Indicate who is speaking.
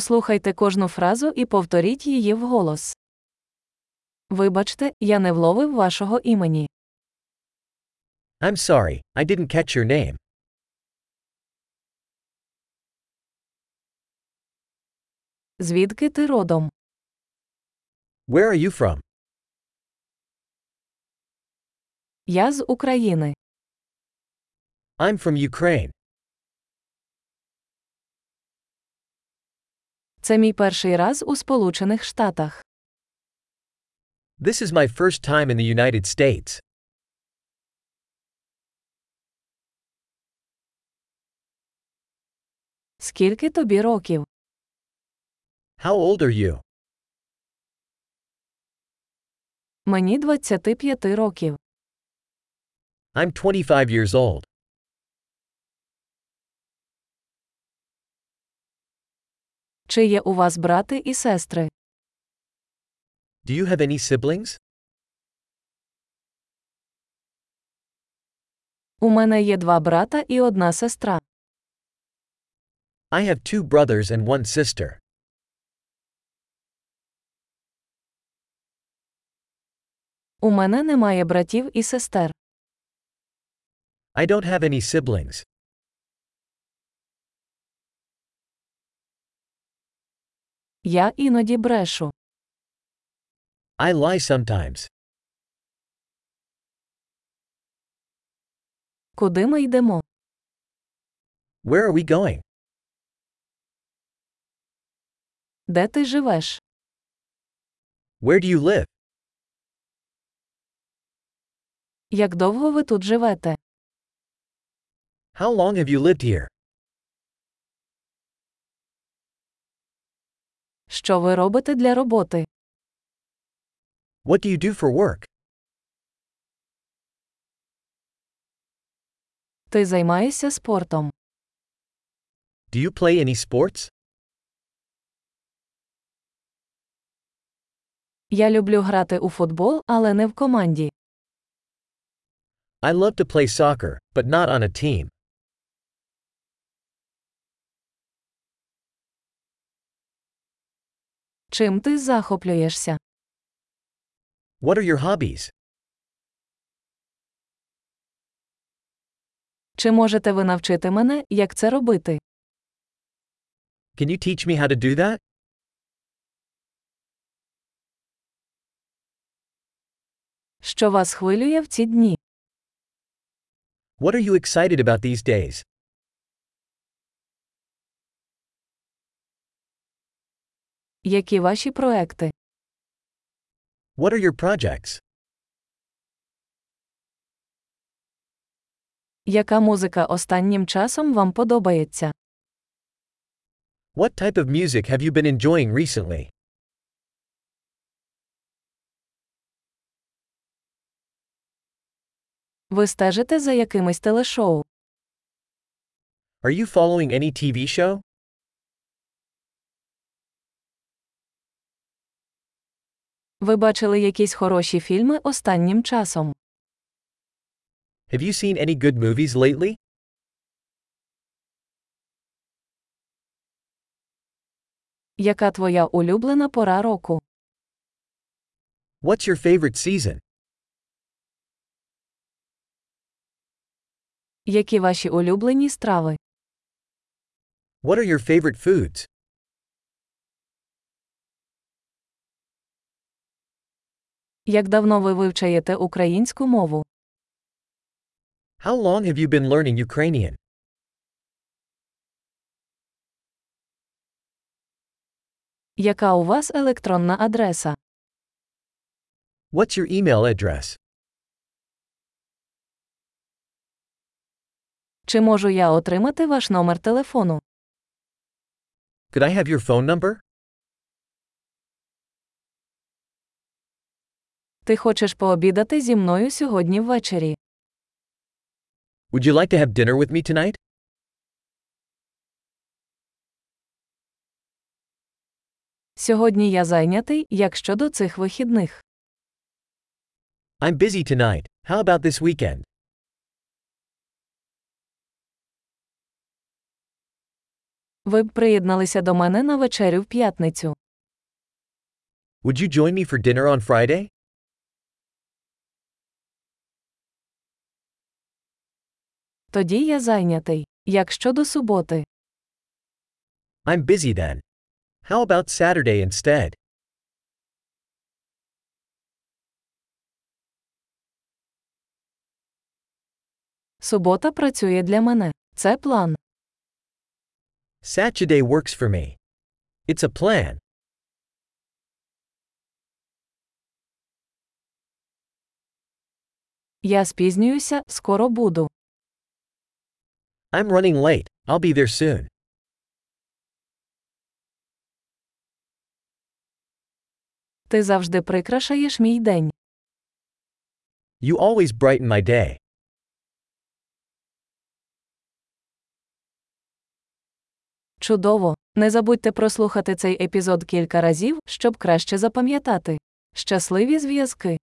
Speaker 1: Послухайте кожну фразу і повторіть її вголос. Вибачте, я не вловив вашого імені.
Speaker 2: I'm sorry, I didn't catch your name.
Speaker 1: Звідки ти родом?
Speaker 2: Where are you from?
Speaker 1: Я з України.
Speaker 2: I'm from Ukraine.
Speaker 1: Це мій перший раз у Сполучених Штатах.
Speaker 2: This is my first time in the United States.
Speaker 1: Скільки тобі років?
Speaker 2: How old are you?
Speaker 1: Мені 25 років.
Speaker 2: I'm 25 years old.
Speaker 1: Чи є у вас брати і сестри?
Speaker 2: Do you have any siblings?
Speaker 1: У мене є два брата і одна сестра.
Speaker 2: I have two brothers and one sister.
Speaker 1: У мене немає братів і сестер.
Speaker 2: I don't have any siblings.
Speaker 1: Я іноді брешу.
Speaker 2: I lie sometimes.
Speaker 1: Куди ми йдемо?
Speaker 2: Where are we going?
Speaker 1: Де ти живеш?
Speaker 2: Where do you live?
Speaker 1: Як довго ви тут живете?
Speaker 2: How long have you lived here?
Speaker 1: Що ви робите для роботи?
Speaker 2: What do you do for work?
Speaker 1: Ти займаєшся спортом.
Speaker 2: Do you play any sports?
Speaker 1: Я люблю грати у футбол, але не в команді.
Speaker 2: I love to play soccer, but not on a team.
Speaker 1: Чим ти захоплюєшся?
Speaker 2: What are your hobbies?
Speaker 1: Чи можете ви навчити мене, як це робити?
Speaker 2: Can you teach me how to do that?
Speaker 1: Що вас хвилює в ці дні?
Speaker 2: What are you excited about these days?
Speaker 1: Які ваші проекти?
Speaker 2: What are your projects?
Speaker 1: Яка музика останнім часом вам подобається?
Speaker 2: What type of music have you been enjoying recently?
Speaker 1: Ви стежите за якимись телешоу?
Speaker 2: Are you following any TV show?
Speaker 1: Ви бачили якісь хороші фільми останнім часом?
Speaker 2: Have you seen any good movies lately?
Speaker 1: Яка твоя улюблена пора року?
Speaker 2: What's your favorite season?
Speaker 1: Які ваші улюблені страви?
Speaker 2: What are your favorite foods?
Speaker 1: Як давно ви вивчаєте українську мову?
Speaker 2: How long have you been learning Ukrainian?
Speaker 1: Яка у вас електронна адреса?
Speaker 2: What's your email address?
Speaker 1: Чи можу я отримати ваш номер телефону?
Speaker 2: Could I have your phone number?
Speaker 1: Ти хочеш пообідати зі мною сьогодні ввечері?
Speaker 2: Would you like to have dinner with me tonight?
Speaker 1: Сьогодні я зайнятий, як щодо цих вихідних.
Speaker 2: I'm busy tonight. How about this weekend?
Speaker 1: Ви б приєдналися до мене на вечерю в п'ятницю.
Speaker 2: Would you join me for dinner on Friday?
Speaker 1: Тоді я зайнятий. Як щодо суботи?
Speaker 2: I'm busy then. How about Saturday instead?
Speaker 1: Субота працює для мене. Це план.
Speaker 2: Saturday works for me. It's a plan.
Speaker 1: Я спізнююся, скоро буду.
Speaker 2: I'm running late. I'll be there soon.
Speaker 1: Ти завжди прикрашаєш мій день.
Speaker 2: You always brighten my day.
Speaker 1: Чудово! Не забудьте прослухати цей епізод кілька разів, щоб краще запам'ятати. Щасливі зв'язки!